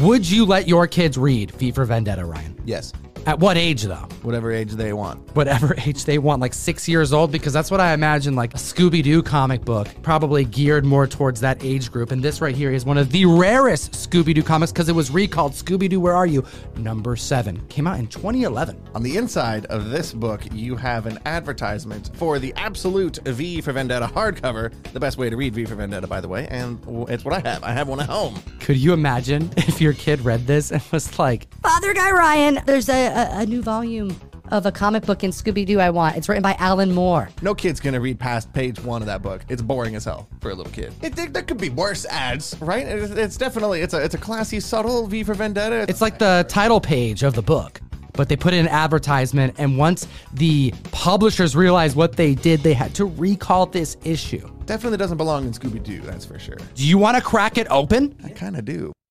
Would you let your kids read V for Vendetta, Ryan? Yes. At what age, though? Whatever age they want. Whatever age they want, like six years old, because that's what I imagine, like a Scooby Doo comic book, probably geared more towards that age group. And this right here is one of the rarest Scooby Doo comics because it was recalled Scooby Doo, Where Are You? Number seven. Came out in 2011. On the inside of this book, you have an advertisement for the absolute V for Vendetta hardcover. The best way to read V for Vendetta, by the way, and w- it's what I have. I have one at home. Could you imagine if your kid read this and was like, Father Guy Ryan, there's a, a, a new volume of a comic book in Scooby Doo I want. It's written by Alan Moore. No kid's gonna read past page one of that book. It's boring as hell for a little kid. It, there- there could be worse ads, right? It's, it's definitely it's a it's a classy, subtle V for Vendetta. It's like the title page of the book, but they put in an advertisement, and once the publishers realized what they did, they had to recall this issue. definitely doesn't belong in Scooby Doo. That's for sure. Do you want to crack it open? I kind of do.